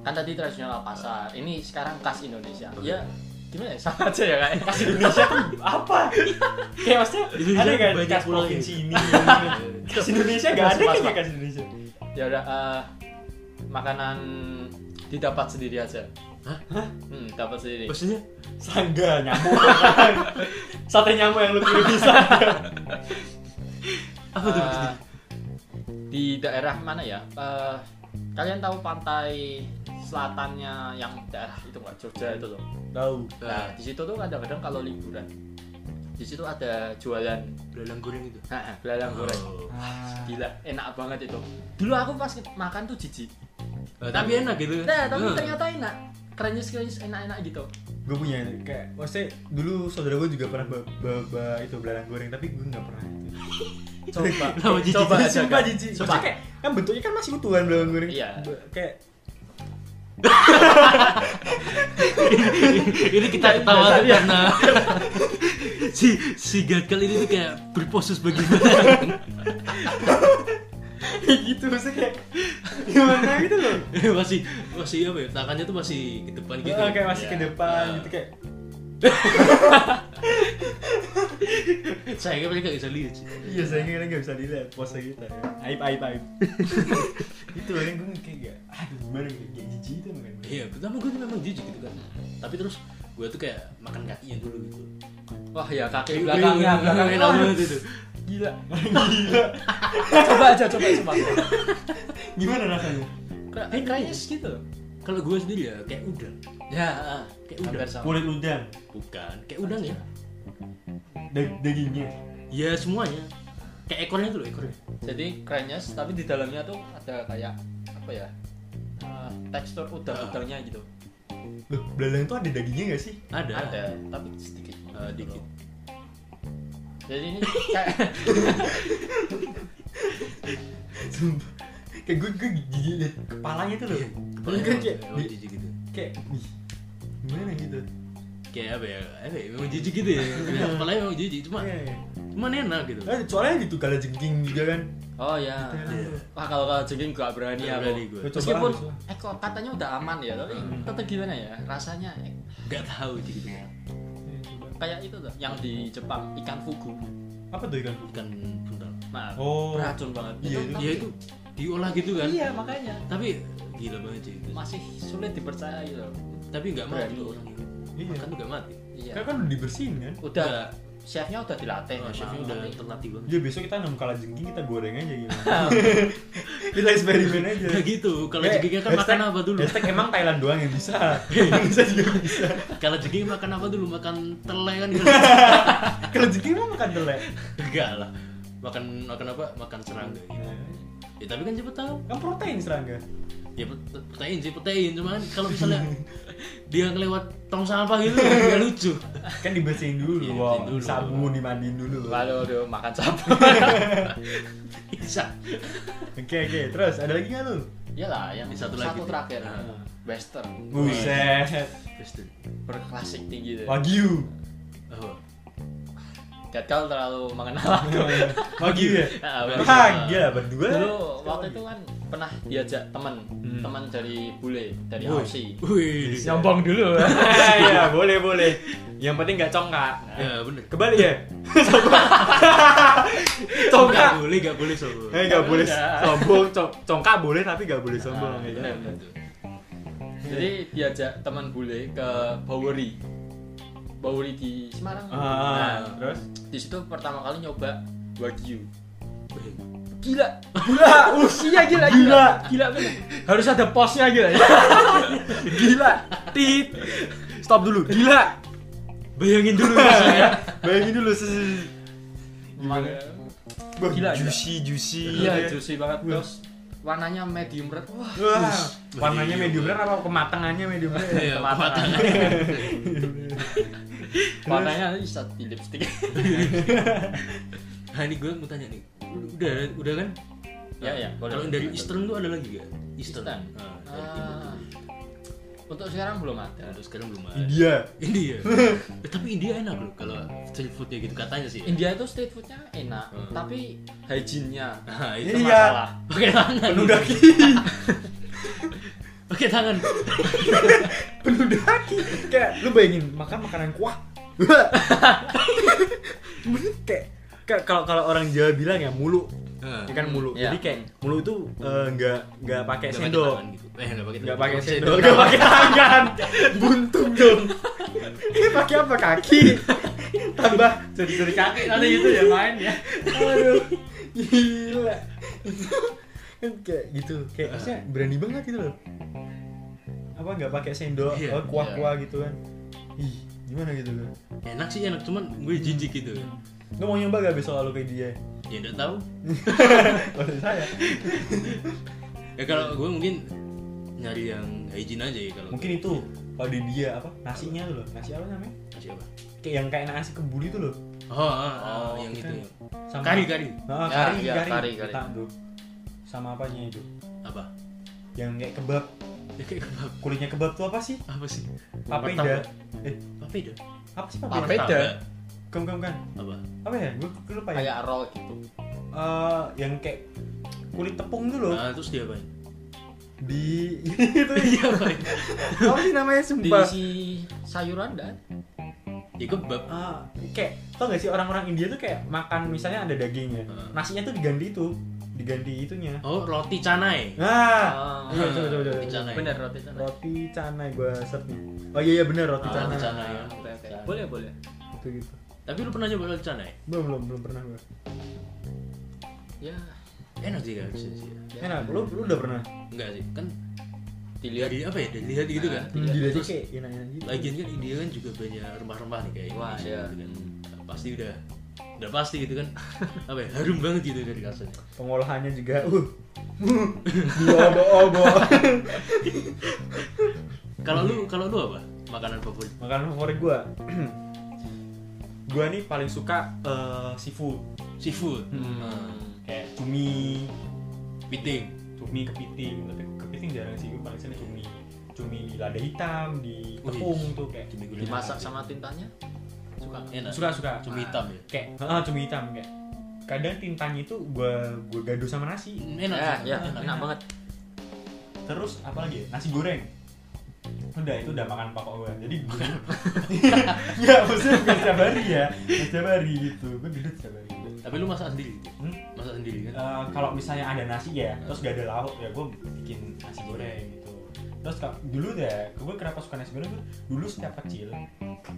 Speaker 3: kan tadi tradisional pasar ini sekarang khas Indonesia ya gimana ya sama aja ya kayak khas Indonesia tuh
Speaker 1: apa? Kayak maksudnya
Speaker 2: Indonesia
Speaker 1: ada kan
Speaker 2: banyak
Speaker 1: kas
Speaker 2: pulau ya.
Speaker 1: provinsi ini. Kas Indonesia gak ada
Speaker 3: Mas,
Speaker 1: kan
Speaker 3: mas.
Speaker 1: kas Indonesia.
Speaker 3: ya udah eh, Ya makanan di didapat sendiri aja
Speaker 2: Hah?
Speaker 3: hmm, dapat sendiri
Speaker 2: Maksudnya? eh,
Speaker 1: Sangga nyamuk kan. Sate nyamuk yang lu pilih bisa.
Speaker 2: Apa tuh?
Speaker 3: Eh, di daerah mana ya Eh, kalian tahu pantai selatannya yang daerah itu nggak Jogja itu loh
Speaker 1: Tahu.
Speaker 3: nah di situ tuh kadang-kadang kalau liburan di situ ada jualan
Speaker 2: Belalang goreng itu.
Speaker 3: belalang goreng
Speaker 2: Oh.
Speaker 1: Ah,
Speaker 3: gila enak banget itu dulu aku pas makan tuh jijik
Speaker 2: Eh, tapi enak gitu.
Speaker 3: nah tapi
Speaker 2: Eh.
Speaker 3: ternyata enak krenyes krenyes enak enak gitu
Speaker 1: gue punya kayak maksudnya dulu saudara gue juga pernah ba- ba- ba- itu belalang goreng tapi gue nggak pernah itu.
Speaker 3: coba
Speaker 2: Lama jijik.
Speaker 3: coba aja
Speaker 1: Sumpah
Speaker 3: Kak.
Speaker 1: jijik.
Speaker 3: coba
Speaker 1: Maksudnya kayak kan bentuknya kan masih utuh kan belalang goreng.
Speaker 3: Iya.
Speaker 1: Be- Kayak
Speaker 2: ini kita ketawa tuh
Speaker 1: Iya.
Speaker 2: karena si si gagal ini tuh kayak berposes bagaimana
Speaker 1: gitu maksudnya kayak gimana gitu loh.
Speaker 2: masih masih apa ya tangannya tuh masih ke depan gitu
Speaker 1: Oh, kayak masih
Speaker 2: Ya.
Speaker 1: ke depan
Speaker 2: Nah,
Speaker 1: gitu kayak
Speaker 2: saya kira mereka nggak bisa lihat sih
Speaker 1: iya sayangnya kadang nggak bisa dilihat pose kita ya. aib aib aib Gitu, itu orang gue kayak gak aduh gimana gitu kayak jijik itu kan
Speaker 2: iya pertama gue tuh memang jijik gitu kan tapi terus gue tuh kayak makan kakinya dulu gitu
Speaker 3: wah ya kaki
Speaker 1: Iya,
Speaker 3: belakang
Speaker 1: iya,
Speaker 2: belakang enak
Speaker 3: Aduh,
Speaker 2: banget itu
Speaker 3: gila
Speaker 1: gila
Speaker 3: coba aja coba coba
Speaker 1: gimana rasanya
Speaker 3: Kre- eh, krenyes gitu
Speaker 2: kalau gue sendiri ya kayak udang
Speaker 3: ya
Speaker 2: kayak
Speaker 3: hampir
Speaker 2: udang
Speaker 3: sama
Speaker 1: kulit udang
Speaker 2: bukan kayak udang ya
Speaker 1: dag- dagingnya
Speaker 2: ya semuanya kayak ekornya tuh loh ekornya
Speaker 3: jadi krenyes tapi di dalamnya tuh ada kayak apa ya eh, tekstur udang-udangnya gitu
Speaker 1: loh belalang tuh ada dagingnya gak sih
Speaker 2: ada,
Speaker 3: ada tapi sedikit
Speaker 2: Eh, dikit
Speaker 3: jadi ini kayak
Speaker 1: Sumpah. kayak gue gue gigi liat kepalanya tuh loh kepalanya kan kayak
Speaker 2: Emang
Speaker 1: di-
Speaker 2: jijik gitu
Speaker 1: kayak ih, gimana gitu
Speaker 2: kayak apa ya, apa ya memang jijik gitu ya kepalanya memang jijik cuma
Speaker 1: Iya, iya.
Speaker 2: cuman enak gitu
Speaker 1: Eh, soalnya gitu kalau jengking juga kan gitu.
Speaker 3: oh ya
Speaker 2: Iya.
Speaker 3: wah kalau kalau jogging gak berani
Speaker 2: Nggak
Speaker 3: aku
Speaker 2: berani Hmm. gue.
Speaker 1: Coba gitu.
Speaker 3: meskipun
Speaker 1: harus lah.
Speaker 3: eh kok katanya udah aman ya tapi tetap gimana ya rasanya eh,
Speaker 2: nggak tahu sih gitu
Speaker 1: Iya,
Speaker 3: kayak itu tuh yang di Jepang ikan fugu
Speaker 1: apa tuh ikan
Speaker 2: ikan buntal
Speaker 3: nah
Speaker 1: Oh.
Speaker 3: beracun banget
Speaker 1: Iya,
Speaker 3: Itu
Speaker 1: itu-
Speaker 3: tapi-
Speaker 2: ya itu diolah gitu kan
Speaker 3: iya makanya
Speaker 2: tapi gila banget sih itu.
Speaker 3: masih sulit dipercaya gitu
Speaker 2: tapi nggak mati
Speaker 3: Berani.
Speaker 2: loh orang itu
Speaker 1: Iya.
Speaker 2: makan tuh nggak mati
Speaker 3: iya
Speaker 1: kan kan udah Eh, dibersihin kan
Speaker 3: udah chefnya udah dilatih
Speaker 2: oh,
Speaker 3: memang,
Speaker 2: chefnya udah
Speaker 3: tapi-
Speaker 2: terlatih banget
Speaker 1: Ya besok kita nemu kala jengking kita goreng aja gimana Kita eksperimen aja
Speaker 2: Nggak gitu kalau
Speaker 1: Eh,
Speaker 2: jengking kan makan
Speaker 1: hashtag-
Speaker 2: apa dulu
Speaker 1: Hashtag emang Thailand doang yang bisa Indonesia juga bisa
Speaker 2: kalau jengking makan apa dulu makan tele kan gitu
Speaker 1: Kalau jengking mau makan ya? telek
Speaker 2: enggak lah makan makan apa makan serangga gitu ya tapi kan cepet tahu
Speaker 1: Kan protein serangga
Speaker 2: ya pet- protein sih protein cuman kalau misalnya dia ngelewat tong sampah gitu nggak lucu
Speaker 1: Kan dibersihin dulu,
Speaker 2: Iya,
Speaker 1: wow.
Speaker 2: dibersihin dulu.
Speaker 1: Sabun dimandiin dulu
Speaker 3: Waduh, aduh, makan sapu.
Speaker 2: bisa
Speaker 1: Oke oke terus ada lagi gak lu?
Speaker 3: Iyalah, Iya yang
Speaker 2: Ini
Speaker 3: satu,
Speaker 2: satu lagi.
Speaker 3: terakhir.
Speaker 2: Ah.
Speaker 3: Western.
Speaker 1: Hmm. Buset
Speaker 2: Kristen
Speaker 3: Berklasik tinggi tuh.
Speaker 1: Wagyu
Speaker 2: oh.
Speaker 3: Gagal terlalu mengenal aku.
Speaker 1: Wagyu ya?
Speaker 3: Ah,
Speaker 2: Wagyu.
Speaker 3: Western.
Speaker 1: Kagak berdua
Speaker 3: Dulu waktu itu kan pernah diajak teman, teman dari bule, dari
Speaker 2: Woi.
Speaker 3: Aussie.
Speaker 2: wih ya
Speaker 3: Nyombong dulu.
Speaker 1: Iya boleh boleh Yang penting gak congkak
Speaker 2: ya bener
Speaker 1: Kebalik ya? Congkak
Speaker 2: nggak boleh nggak boleh sobo
Speaker 1: Eh nggak boleh
Speaker 3: Enggak.
Speaker 1: sombong, Cong- congkak boleh tapi nggak boleh sombong.
Speaker 3: Ah,
Speaker 1: ya.
Speaker 3: bener. Jadi diajak teman bule ke Bowery. Bowery di Semarang. Nah.
Speaker 1: Ah, terus?
Speaker 3: Di situ pertama kali nyoba Wagyu.
Speaker 2: Wih.
Speaker 3: Gila. Gila, usia gila gila. Gila bener. Harus ada posnya gila ya.
Speaker 1: Gila, tit. Stop dulu, gila.
Speaker 2: Bayangin dulu
Speaker 3: Iya.
Speaker 2: rasanya.
Speaker 1: Bayangin dulu sih.
Speaker 3: Emang-
Speaker 1: Wah,
Speaker 3: Gila,
Speaker 1: juicy, juicy.
Speaker 3: Iya, juicy banget terus warnanya medium red. Wah,
Speaker 1: Wah, warnanya
Speaker 2: Iya.
Speaker 1: medium rare apa kematangannya medium rare?
Speaker 2: Iya,
Speaker 3: Mata.
Speaker 2: matanya.
Speaker 3: warnanya bisa di lipstick.
Speaker 2: Nah, ini gue mau tanya nih. Udah udah kan?
Speaker 3: Ya,
Speaker 2: Nah,
Speaker 3: ya, boleh.
Speaker 2: Kalau dari Eastern tuh ada lagi gak? Eastern.
Speaker 3: Eastern.
Speaker 2: Nah, dari timur
Speaker 3: Ah.
Speaker 2: tuh.
Speaker 3: Untuk sekarang belum ada.
Speaker 2: Terus sekarang belum ada.
Speaker 1: India.
Speaker 2: India. Eh, tapi India enak loh kalau street foodnya gitu katanya sih.
Speaker 3: India itu street foodnya enak,
Speaker 2: Hmm.
Speaker 3: tapi hygiene-nya
Speaker 2: Nah, itu
Speaker 3: itu
Speaker 1: Iya.
Speaker 3: masalah.
Speaker 2: pakai tangan.
Speaker 1: Penuh daki.
Speaker 2: Pakai tangan.
Speaker 1: Penuh daki. Kayak lu bayangin makan makanan kuah. Bener, kayak kayak kalau kalau orang Jawa bilang ya mulu.
Speaker 2: Heeh.
Speaker 1: bukan mulu
Speaker 3: Iya.
Speaker 1: jadi kayak mulu itu eh, nggak nggak pakai
Speaker 2: Nggak
Speaker 1: sendok
Speaker 2: tangan gitu. Eh, enggak pakai
Speaker 1: nggak
Speaker 2: tangan.
Speaker 1: pakai sendok nggak pakai tangan buntung dong ini pakai apa kaki tambah
Speaker 3: Jadi kaki nanti gitu ya main ya.
Speaker 1: aduh gila kan kayak gitu kayak maksudnya berani banget gitu loh apa nggak pakai sendok
Speaker 2: Iya,
Speaker 1: oh, kuah kuah gitu kan ih gimana gitu loh
Speaker 2: Enak sih enak, cuman gue jijik gitu.
Speaker 1: lu mau nyoba gak besok lalu kayak dia
Speaker 2: Ya enggak tahu.
Speaker 1: maksud saya
Speaker 2: Ya kalau gue mungkin nyari yang hygiene aja ya kalau
Speaker 1: mungkin itu kalau di dia apa nasinya tuh loh nasi apa namanya
Speaker 2: Siapa?
Speaker 1: kayak yang kayak nasi kebuli tuh loh
Speaker 2: Oh, ah, ah,
Speaker 3: Oh,
Speaker 2: yang
Speaker 1: bukan.
Speaker 2: itu.
Speaker 1: sama
Speaker 2: Kari kari.
Speaker 1: Ah,
Speaker 3: Ya,
Speaker 1: kari,
Speaker 3: iya,
Speaker 1: kari,
Speaker 3: kari, kari.
Speaker 1: Letak tuh. sama apanya itu
Speaker 2: Apa?
Speaker 1: yang kayak kebab
Speaker 2: Ya kayak kebab.
Speaker 1: kulitnya kebab tuh apa sih
Speaker 2: Apa sih?
Speaker 1: papeda eh
Speaker 2: Papeda.
Speaker 1: apa sih
Speaker 3: Papeda.
Speaker 1: papeda bukan bukan bukan
Speaker 2: Apa?
Speaker 1: apa ya gue lupa ya
Speaker 3: Kayak roll gitu.
Speaker 1: Eh, yang kayak kulit tepung tuh loh
Speaker 2: Nah, terus dia apa?
Speaker 1: di itu
Speaker 2: Iya, apa?
Speaker 1: apa sih namanya sumpah
Speaker 3: Diisi sayuran dan
Speaker 2: Ya kebab.
Speaker 1: Ah, kayak tau gak sih orang-orang India tuh kayak makan misalnya ada dagingnya
Speaker 2: Ah.
Speaker 1: nasinya tuh diganti itu diganti itunya
Speaker 2: Oh, roti canai.
Speaker 1: nah
Speaker 3: Ah,
Speaker 1: Iya, coba, coba, coba.
Speaker 2: Roti canai.
Speaker 3: bener roti canai.
Speaker 1: roti canai gue search nih oh iya iya bener roti
Speaker 2: Ah,
Speaker 1: canai
Speaker 2: roti canai.
Speaker 3: Ah, oke, oke. Boleh, boleh.
Speaker 1: gitu gitu
Speaker 2: Tapi lu pernah nyoba roti canai?
Speaker 1: belum belum belum pernah gue
Speaker 3: Ya,
Speaker 2: Enak sih kan sih. sih.
Speaker 1: enak lu lu udah pernah
Speaker 2: Enggak sih, kan
Speaker 3: dilihat
Speaker 2: dari apa ya? Dilihat gitu kan.
Speaker 1: hmm, gila aja kayak enak enak gitu
Speaker 2: Lagian kan India kan juga banyak rempah-rempah nih kayak
Speaker 3: Wah,
Speaker 2: Indonesia
Speaker 3: iya.
Speaker 2: gitu kan. Pasti udah udah pasti gitu kan. apa ya? Harum banget gitu dari rasanya.
Speaker 1: pengolahannya juga uh diobo-obo
Speaker 2: Kalau lu kalau lu apa? Makanan favorit?
Speaker 1: makanan favorit gue gue nih paling suka eh, seafood
Speaker 2: Seafood.
Speaker 1: Hmm.
Speaker 2: Hmm.
Speaker 1: kayak cumi
Speaker 2: Piting.
Speaker 1: cumi kepiting tapi kepiting jarang sih gue paling sering cumi cumi di lada hitam di
Speaker 2: Wih.
Speaker 1: tepung tuh kayak
Speaker 2: Cumi gulai.
Speaker 3: dimasak sama tintanya suka.
Speaker 2: enak.
Speaker 1: suka suka
Speaker 2: Nah, Cumi hitam ya.
Speaker 1: kayak ah, cumi hitam kayak kadang tintanya itu gue gue gaduh sama nasi
Speaker 2: Enak
Speaker 3: Ya,
Speaker 2: sih.
Speaker 3: ya,
Speaker 2: enak.
Speaker 3: enak banget.
Speaker 1: terus apa lagi ya? nasi goreng udah itu udah makan pokok gue jadi gue ya maksudnya bukan setiap hari ya Bukan setiap hari gitu gue gendut setiap hari gitu.
Speaker 2: Tapi lu masak sendiri gitu.
Speaker 1: Hmm?
Speaker 2: Masak sendiri kan.
Speaker 1: Eh, kalau misalnya ada nasi ya
Speaker 2: Iya.
Speaker 1: terus gak ada lauk ya gue bikin nasi goreng gitu terus ka- dulu ya gue kenapa suka nasi goreng gue dulu setiap kecil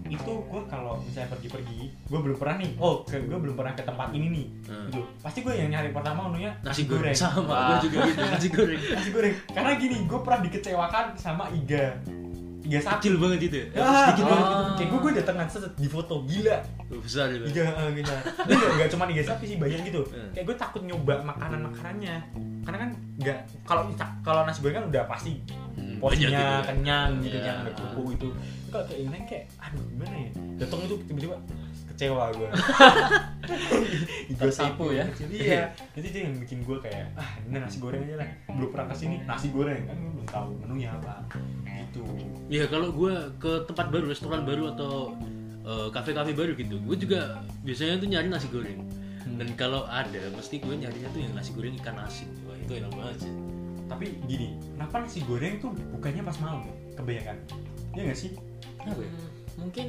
Speaker 1: itu gue kalau misalnya pergi-pergi gue belum pernah nih oh gue belum pernah ke tempat ini nih
Speaker 2: Hmm.
Speaker 1: gitu pasti gue yang nyari pertama menunya
Speaker 2: Nasi goreng sama
Speaker 3: Wah.
Speaker 2: gua juga gitu. Nasi goreng.
Speaker 1: nasi goreng karena gini gue pernah dikecewakan sama iga iga sapi
Speaker 2: Kecil banget gitu ya.
Speaker 1: Ah,
Speaker 2: Sedikit
Speaker 1: ah.
Speaker 2: banget.
Speaker 1: kayak gue gue datangan set di foto gila
Speaker 2: Tuh, Besar gitu.
Speaker 1: iga eh, gitu Ini nggak nggak cuma iga sapi sih banyak gitu
Speaker 2: Hmm.
Speaker 1: kayak gue takut nyoba makanan makanannya karena kan nggak kalau kalau nasi goreng kan udah pasti
Speaker 2: Hmm, banyak gitu
Speaker 1: porsinya
Speaker 2: ya.
Speaker 1: kenyang gitu
Speaker 2: Iya.
Speaker 1: jangan ada kuku itu kalau kayak ini kayak aduh gimana ya datang itu tiba-tiba kecewa gue
Speaker 3: Tersapu ya.
Speaker 1: iya jadi dia yang bikin gue kayak ah ini nasi goreng aja lah belum pernah kesini nasi goreng kan gue belum tahu menunya apa gitu
Speaker 2: Ya kalau gue ke tempat baru, restoran baru atau eh, kafe-kafe baru gitu, gue juga biasanya tuh nyari nasi goreng.
Speaker 1: Hmm.
Speaker 2: Dan kalau ada, mesti gue nyarinya tuh yang nasi goreng ikan asin. Wah itu enak banget sih.
Speaker 1: tapi gini kenapa nasi goreng tuh bukannya pas malam ya? kebanyakan Iya gak sih
Speaker 2: Kenapa ya?
Speaker 3: Hmm, Mungkin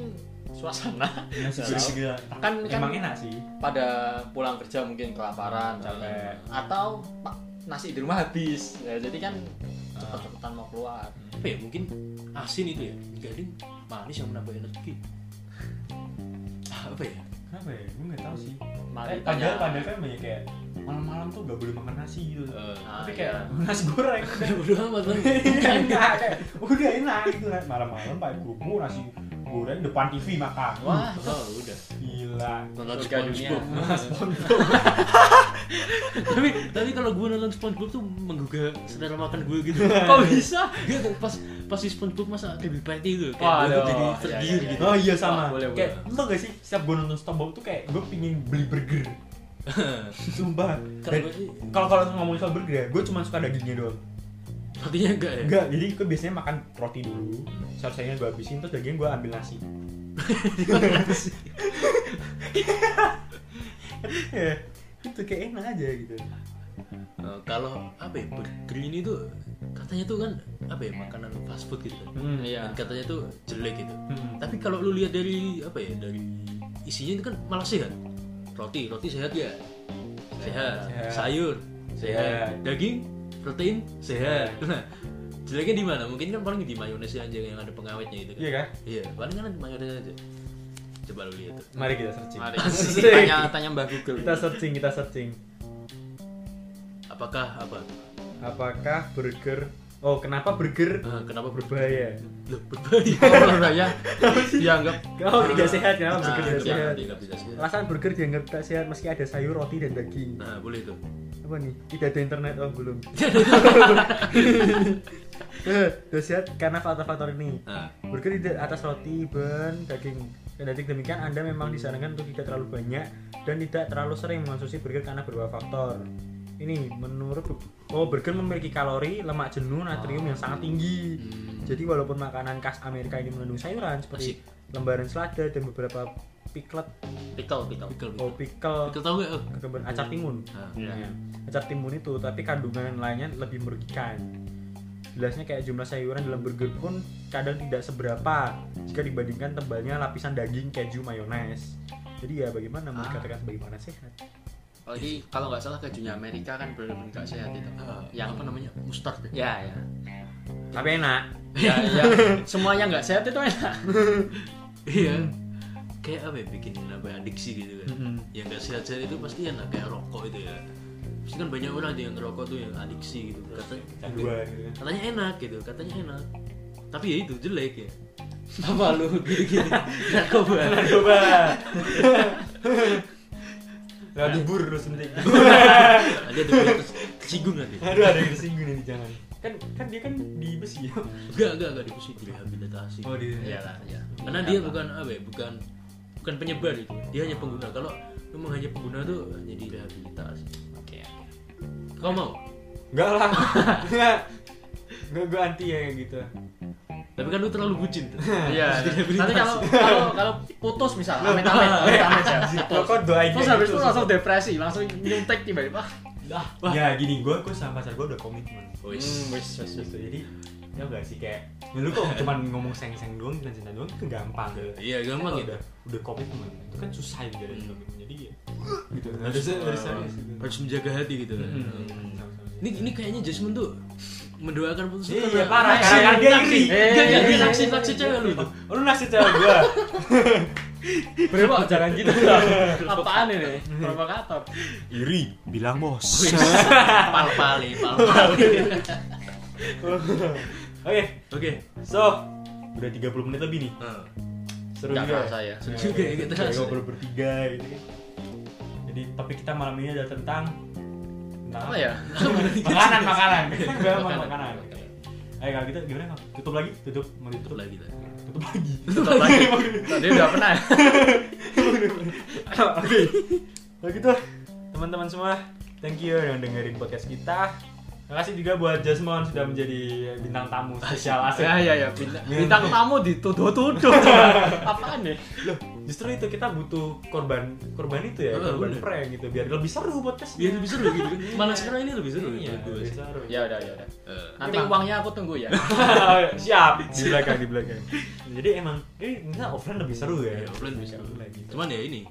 Speaker 3: suasana
Speaker 1: nasi
Speaker 3: Nggak
Speaker 1: goreng
Speaker 3: tahu.
Speaker 1: segala
Speaker 3: kan kan
Speaker 1: emang enak sih
Speaker 3: pada pulang kerja mungkin kelaparan capek atau pak nasi di rumah habis ya, jadi kan cepet-cepetan mau keluar
Speaker 2: Apa ya? Mungkin asin itu ya. Gading manis yang menambah energi. Apa ya?
Speaker 1: kenapa ya gue nggak tahu sih
Speaker 3: mari
Speaker 1: Eh, padahal padahal kan banyak kayak malam-malam tuh gak boleh makan nasi gitu
Speaker 2: Eh,
Speaker 1: tapi kayak nasi goreng
Speaker 2: udah bodo amat lah.
Speaker 1: enak kayak, udah enak gitu kan malam-malam pakai kuku nasi goreng depan TV makan wah
Speaker 3: wah
Speaker 2: Oh udah.
Speaker 1: gila
Speaker 2: Nonton
Speaker 3: Surga
Speaker 2: SpongeBob.
Speaker 1: SpongeBob
Speaker 2: tapi tapi kalau gue nonton SpongeBob tuh menggugah selera makan gue gitu.
Speaker 3: kok bisa
Speaker 2: Dia tuh pas pas si SpongeBob masa Krabby Patty itu
Speaker 3: Wah,
Speaker 2: gitu, kayak gue tuh
Speaker 3: aduh.
Speaker 2: jadi
Speaker 3: Iya,
Speaker 2: tergiur
Speaker 3: iya,
Speaker 2: gitu.
Speaker 1: oh iya
Speaker 3: Wah,
Speaker 1: sama
Speaker 3: boleh,
Speaker 1: kayak lu tau gak sih setiap gue nonton SpongeBob tuh kayak gue pingin beli burger sumpah
Speaker 2: Keren
Speaker 1: Dan
Speaker 2: banget sih.
Speaker 1: kalau kalau ngomongin soal burger ya gue cuma suka dagingnya doang
Speaker 2: Rotinya enggak
Speaker 3: Iya.
Speaker 2: ya?
Speaker 1: enggak jadi gue biasanya makan roti dulu sausnya gue habisin terus dagingnya gue ambil nasi ya itu kayak enak aja gitu
Speaker 2: Eh, kalau apa ya burger ini tuh katanya tuh kan apa ya makanan fast food gitu kan.
Speaker 1: Hmm,
Speaker 3: iya
Speaker 2: Dan katanya tuh jelek gitu.
Speaker 1: Hmm.
Speaker 2: Tapi kalau lu lihat dari apa ya dari isinya itu kan malah sehat. Roti, roti sehat ya. sehat.
Speaker 3: Sehat.
Speaker 1: Sehat.
Speaker 2: sayur
Speaker 1: Sehat.
Speaker 2: sehat, daging protein sehat. Nah, jeleknya di mana? Mungkin kan paling di mayonesnya aja yang ada pengawetnya itu kan.
Speaker 1: Iya kan?
Speaker 2: Iya, paling kan di mayones aja. Coba lu lihat. tuh.
Speaker 1: Mari kita searching.
Speaker 3: Mari
Speaker 1: Asik.
Speaker 3: tanya tanya Mbak Google.
Speaker 1: Kita searching, kita searching.
Speaker 2: Apakah apa?
Speaker 1: Apakah burger Oh, kenapa burger
Speaker 2: Eh, kenapa ber
Speaker 1: berbahaya?
Speaker 2: Loh, berbahaya?
Speaker 3: Surabaya dianggap
Speaker 1: Kalau tidak sehat, Iya. kenapa
Speaker 2: Nah,
Speaker 1: burger tidak
Speaker 2: itu
Speaker 1: sehat?
Speaker 2: yang tidak bisa sehat.
Speaker 1: Alasan burger dianggap tidak sehat meski ada sayur, roti, dan daging.
Speaker 2: Nah, boleh tuh.
Speaker 1: Apa nih? Tidak ada internet, oh belum. Eh, Tidak sehat karena faktor-faktor ini.
Speaker 2: Nah,
Speaker 1: Burger di atas roti, bun, daging. Dan dari demikian Anda memang disarankan untuk tidak terlalu banyak dan tidak terlalu sering mengonsumsi burger karena beberapa faktor. Ini menurut oh burger memiliki kalori, lemak jenuh, natrium yang sangat tinggi.
Speaker 2: hmm,
Speaker 1: Jadi walaupun makanan khas Amerika ini mengandung sayuran seperti lembaran selada dan beberapa piklet,
Speaker 3: pickle pickle.
Speaker 2: pickle.
Speaker 1: oh pickle,
Speaker 2: Pickle tahu nggak? Oh.
Speaker 1: kemudian acar timun.
Speaker 2: Nah,
Speaker 3: Ya. Hmm.
Speaker 1: Nah, acar timun itu, tapi kandungan lainnya lebih merugikan. Jelasnya kayak jumlah sayuran dalam burger pun kadang tidak seberapa jika dibandingkan tebalnya lapisan daging keju mayones. Jadi ya bagaimana mau
Speaker 3: Ah.
Speaker 1: dikatakan sebagai makanan sehat?
Speaker 3: Apalagi kalau nggak salah kejunya Amerika kan benar-benar nggak sehat itu.
Speaker 2: ah,
Speaker 3: Yang-
Speaker 2: apa namanya? Mustard. ya?
Speaker 3: Ya ya.
Speaker 1: Tapi enak.
Speaker 3: Ya ya. Semuanya nggak sehat itu enak.
Speaker 2: Iya. Kayak apa ya bikin apa adiksi gitu kan.
Speaker 1: Hmm.
Speaker 2: yang nggak sehat-sehat itu pasti enak kayak rokok itu ya pasti kan banyak orang yang ngerokok tuh yang adiksi gitu katanya
Speaker 1: Dua gitu kan.
Speaker 2: katanya enak gitu katanya enak tapi ya itu jelek ya
Speaker 3: Apa lu gini-gini? Narkoba.
Speaker 1: Coba. Lah dibur Nah, terus nanti.
Speaker 2: ada tuh yang kes- kesinggung nanti
Speaker 1: Aduh ada yang disinggung nanti jangan. Kan kan dia kan di besi ya.
Speaker 2: enggak enggak enggak diusik direhabilitasi
Speaker 1: Oh di.
Speaker 3: Ya lah ya.
Speaker 2: karena dia bukan apa ya bukan bukan penyebar itu dia hanya pengguna kalau memang hanya pengguna tuh hanya direhabilitasi
Speaker 3: Oke. oke.
Speaker 2: kau mau
Speaker 1: Enggak lah. Enggak. Enggak gue anti ya kayak gitu.
Speaker 2: tapi kan lu terlalu bucin tuh
Speaker 3: Iya. Nanti
Speaker 2: direhabilitasi
Speaker 3: kalau kalau kalau putus misalnya, amit amit, amit amit ya.
Speaker 1: Lo
Speaker 3: Putus.
Speaker 1: kok doain
Speaker 3: Terus
Speaker 1: kayak
Speaker 3: habis
Speaker 1: gitu?
Speaker 3: itu langsung depresi, langsung nyuntek tiba-tiba.
Speaker 2: lah wah
Speaker 1: Ya gini, gue gue sama pacar gue udah komitmen.
Speaker 2: Wes.
Speaker 3: wis wis
Speaker 1: Terus tuh, jadi ya enggak sih kayak ya lu kok cuma ngomong seng-seng doang dan cinta doang itu gampang gitu.
Speaker 2: iya gampang gitu
Speaker 1: udah udah komitmen itu kan susah yang jalanin
Speaker 2: Hmm.
Speaker 1: komitmen jadi ya gitu harus harus serius gitu.
Speaker 2: eh, harus menjaga hati gitu kan.
Speaker 1: Hmm.
Speaker 2: Ini ini kayaknya Jasmine tuh mendoakan putus
Speaker 1: Iya,
Speaker 2: itu
Speaker 1: iya,
Speaker 2: karena-
Speaker 1: parah
Speaker 3: naksir,
Speaker 1: karena dia
Speaker 3: naksir.
Speaker 1: iri.
Speaker 3: Eh,
Speaker 2: Enggak, enggak,
Speaker 3: iya,
Speaker 2: dia
Speaker 3: iya,
Speaker 2: naksir
Speaker 3: iya,
Speaker 2: naksir cewek lu tuh.
Speaker 1: Lu naksir cewek gua.
Speaker 3: Berapa jangan gitu. lah. Apaan ini? Provokator.
Speaker 1: Iri, bilang bos.
Speaker 2: pal pali, pal pali.
Speaker 1: Oke,
Speaker 2: Oke.
Speaker 1: so udah 30 menit lebih nih.
Speaker 2: Nah,
Speaker 1: Seru
Speaker 3: Nggak
Speaker 1: juga.
Speaker 3: kerasa ya.
Speaker 1: Seru
Speaker 2: Seru juga ya, kita
Speaker 1: Kayak
Speaker 2: kerasa.
Speaker 1: ngobrol bertiga gitu. Jadi topik kita malam ini adalah tentang tentang
Speaker 3: Apa ya?
Speaker 1: makanan makanan gue emang
Speaker 3: Makanan.
Speaker 1: makanan ayo kalau gitu gimana Kak? tutup lagi tutup mau ditutup
Speaker 2: tutup lagi lah.
Speaker 1: tutup lagi
Speaker 3: Tutup lagi. Tadi udah pernah. ya?
Speaker 1: oke kalau gitu teman-teman semua thank you yang dengerin podcast kita makasih juga buat Jasmine sudah menjadi bintang tamu spesial asik
Speaker 3: Ya ya ya bintang, bintang tamu dituduh-tuduh. Apaan nih?
Speaker 1: justru itu kita butuh korban korban itu ya
Speaker 2: Oh,
Speaker 1: korban
Speaker 2: bener.
Speaker 1: prank gitu biar lebih seru podcast
Speaker 2: Biar lebih seru gitu. kan. Malah sekarang ini lebih seru
Speaker 1: iya
Speaker 2: ya. menurut gua
Speaker 1: lebih
Speaker 2: sih.
Speaker 1: seru
Speaker 3: Ya udah ya udah.
Speaker 2: Eh,
Speaker 3: Nanti
Speaker 1: Emang.
Speaker 3: uangnya aku tunggu ya.
Speaker 1: siap di belakang di belakang jadi emang ini kita offline lebih seru ya
Speaker 2: Iya, offline lebih seru.
Speaker 1: lagi
Speaker 2: Cuman ya ini.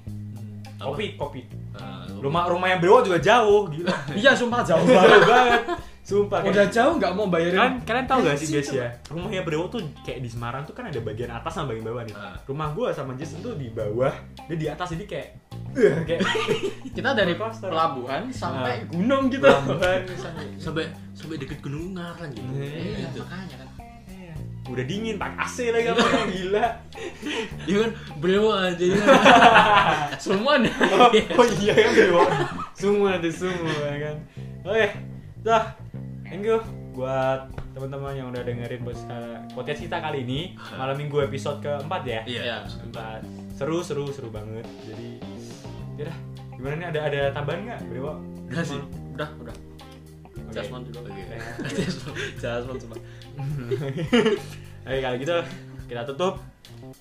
Speaker 1: kopi kopi
Speaker 2: eh,
Speaker 1: rumah rumah yang berdua juga jauh gila
Speaker 3: Iya sumpah jauh banget.
Speaker 1: jauh banget sumpah
Speaker 3: Udah
Speaker 1: kayak-
Speaker 3: jauh nggak mau
Speaker 1: kan
Speaker 3: bayarin.
Speaker 1: kalian tahu gak sih
Speaker 3: Sih,
Speaker 1: guys ya rumahnya berdua tuh kayak di Semarang tuh kan ada bagian atas sama bagian bawah nih
Speaker 2: Ah.
Speaker 1: rumah gua sama Jis itu di bawah dia di atas jadi kayak eh, kayak
Speaker 3: Kita dari
Speaker 1: Coaster.
Speaker 3: pelabuhan
Speaker 1: Nah.
Speaker 3: sampai gunung gitu.
Speaker 1: pelan sampai
Speaker 2: sampai sampai deket gunung ngaran gitu.
Speaker 1: Iya.
Speaker 2: Gitu.
Speaker 3: makanya kan.
Speaker 1: Iya. udah dingin tak AC lagi apa
Speaker 3: Iya.
Speaker 1: yang gila
Speaker 2: Ya kan brewo aja ya.
Speaker 3: Semua nih.
Speaker 1: oh, oh iya kan dewa semua nanti semua kan oke dah thank you buat teman-teman yang udah dengerin podcast- podcast kita kali ini malam minggu episode keempat ya
Speaker 2: Iya.
Speaker 1: keempat seru seru seru banget jadi ya dah gimana nih ada ada tambahan nggak Brewo
Speaker 2: Nggak sih.
Speaker 3: Udah udah.
Speaker 1: Oke.
Speaker 3: Jasmine dulu.
Speaker 2: Oke.
Speaker 3: Jasmine semua.
Speaker 1: Oke kalau gitu kita tutup.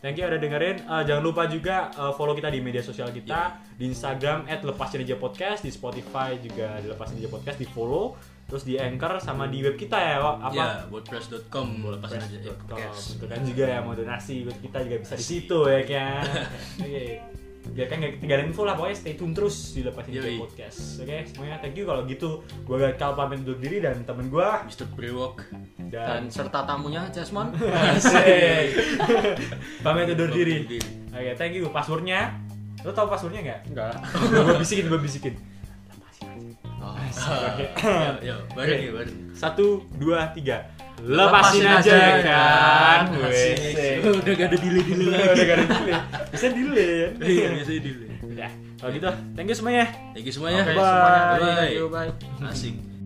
Speaker 1: Thank you udah dengerin. Eh, jangan lupa juga eh, follow kita di media sosial kita
Speaker 2: Iya.
Speaker 1: di Instagram @lepasinaja_podcast, di Spotify juga di lepasin aja podcast di follow, terus di Anchor sama di web kita ya Wak. apa?
Speaker 2: Ya, wordpress.com lepasin aja eh,
Speaker 1: Press.com.
Speaker 2: podcast.
Speaker 1: Itu kan juga yang mau donasi buat kita juga bisa di situ ya kan. ya Oke. biar kan nggak ketinggalan info lah pokoknya stay tune terus di lepas ini
Speaker 2: Yoi.
Speaker 1: podcast oke semuanya thank you kalau gitu gue Gagal pamit undur diri dan temen gue
Speaker 2: Mr. Brewok
Speaker 1: dan
Speaker 3: dan serta tamunya Jasmine
Speaker 1: Asik. pamit undur
Speaker 2: Brewok
Speaker 1: diri oke thank you passwordnya lo tau passwordnya nggak
Speaker 3: enggak
Speaker 1: gue bisikin gue bisikin
Speaker 2: Ah, Yuk, yuk, bareng ya bareng
Speaker 1: satu dua tiga
Speaker 2: Lepasin aja, kan.
Speaker 1: Wes.
Speaker 2: Udah gak ada delay-delay
Speaker 1: Udah
Speaker 2: lagi
Speaker 1: gak ada delay bisa delay ya
Speaker 2: Iya, biasanya delay
Speaker 1: udah kalau gitu thank you semuanya
Speaker 2: Thank you semuanya
Speaker 1: Oke,
Speaker 3: semuanya
Speaker 1: Bye.
Speaker 3: thank you, bye
Speaker 2: Asik